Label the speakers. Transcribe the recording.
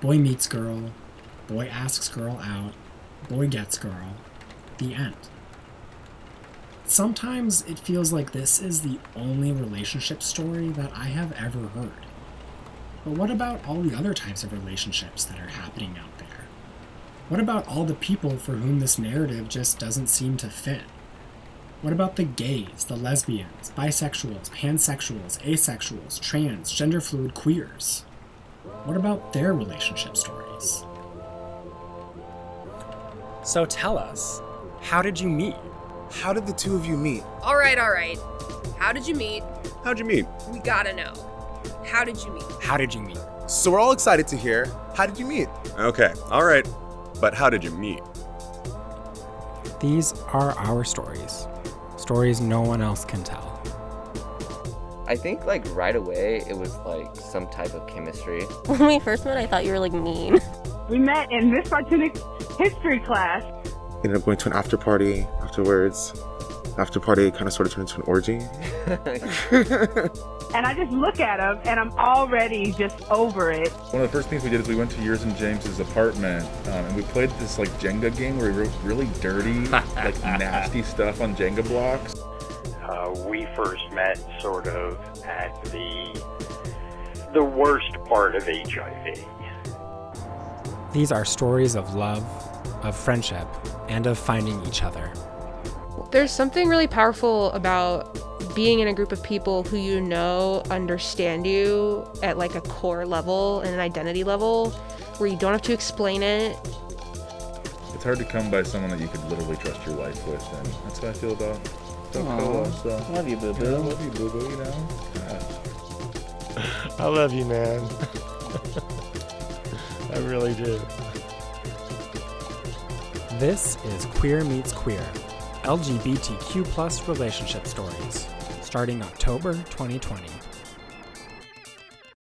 Speaker 1: Boy meets girl. Boy asks girl out. Boy gets girl. The end. Sometimes it feels like this is the only relationship story that I have ever heard. But what about all the other types of relationships that are happening out there? What about all the people for whom this narrative just doesn't seem to fit? What about the gays, the lesbians, bisexuals, pansexuals, asexuals, trans, gender fluid queers? What about their relationship stories? So tell us, how did you meet?
Speaker 2: How did the two of you meet?
Speaker 3: All right, all right. How did you meet?
Speaker 2: How'd you meet?
Speaker 3: We gotta know. How did you meet?
Speaker 1: How did you meet?
Speaker 2: So we're all excited to hear. How did you meet?
Speaker 4: Okay, all right. But how did you meet?
Speaker 1: These are our stories, stories no one else can tell.
Speaker 5: I think like right away it was like some type of chemistry.
Speaker 6: When we first met, I thought you were like mean.
Speaker 7: We met in Miss Martinic history class.
Speaker 8: Ended up going to an after party afterwards. After party kind of sort of turned into an orgy.
Speaker 7: And I just look at him and I'm already just over it.
Speaker 9: One of the first things we did is we went to yours and James's apartment, um, and we played this like Jenga game where we wrote really dirty, like nasty stuff on Jenga blocks.
Speaker 10: Uh, we first met sort of at the the worst part of HIV.
Speaker 1: These are stories of love, of friendship, and of finding each other.
Speaker 11: There's something really powerful about being in a group of people who you know understand you at like a core level and an identity level where you don't have to explain it.
Speaker 9: It's hard to come by someone that you could literally trust your life with, and that's how I feel about. about Cola, so.
Speaker 5: Love you, boo
Speaker 9: Yeah, I love you, boo boo. You know. Uh,
Speaker 12: I love you, man. I really do.
Speaker 1: This is Queer Meets Queer, LGBTQ plus relationship stories, starting October 2020.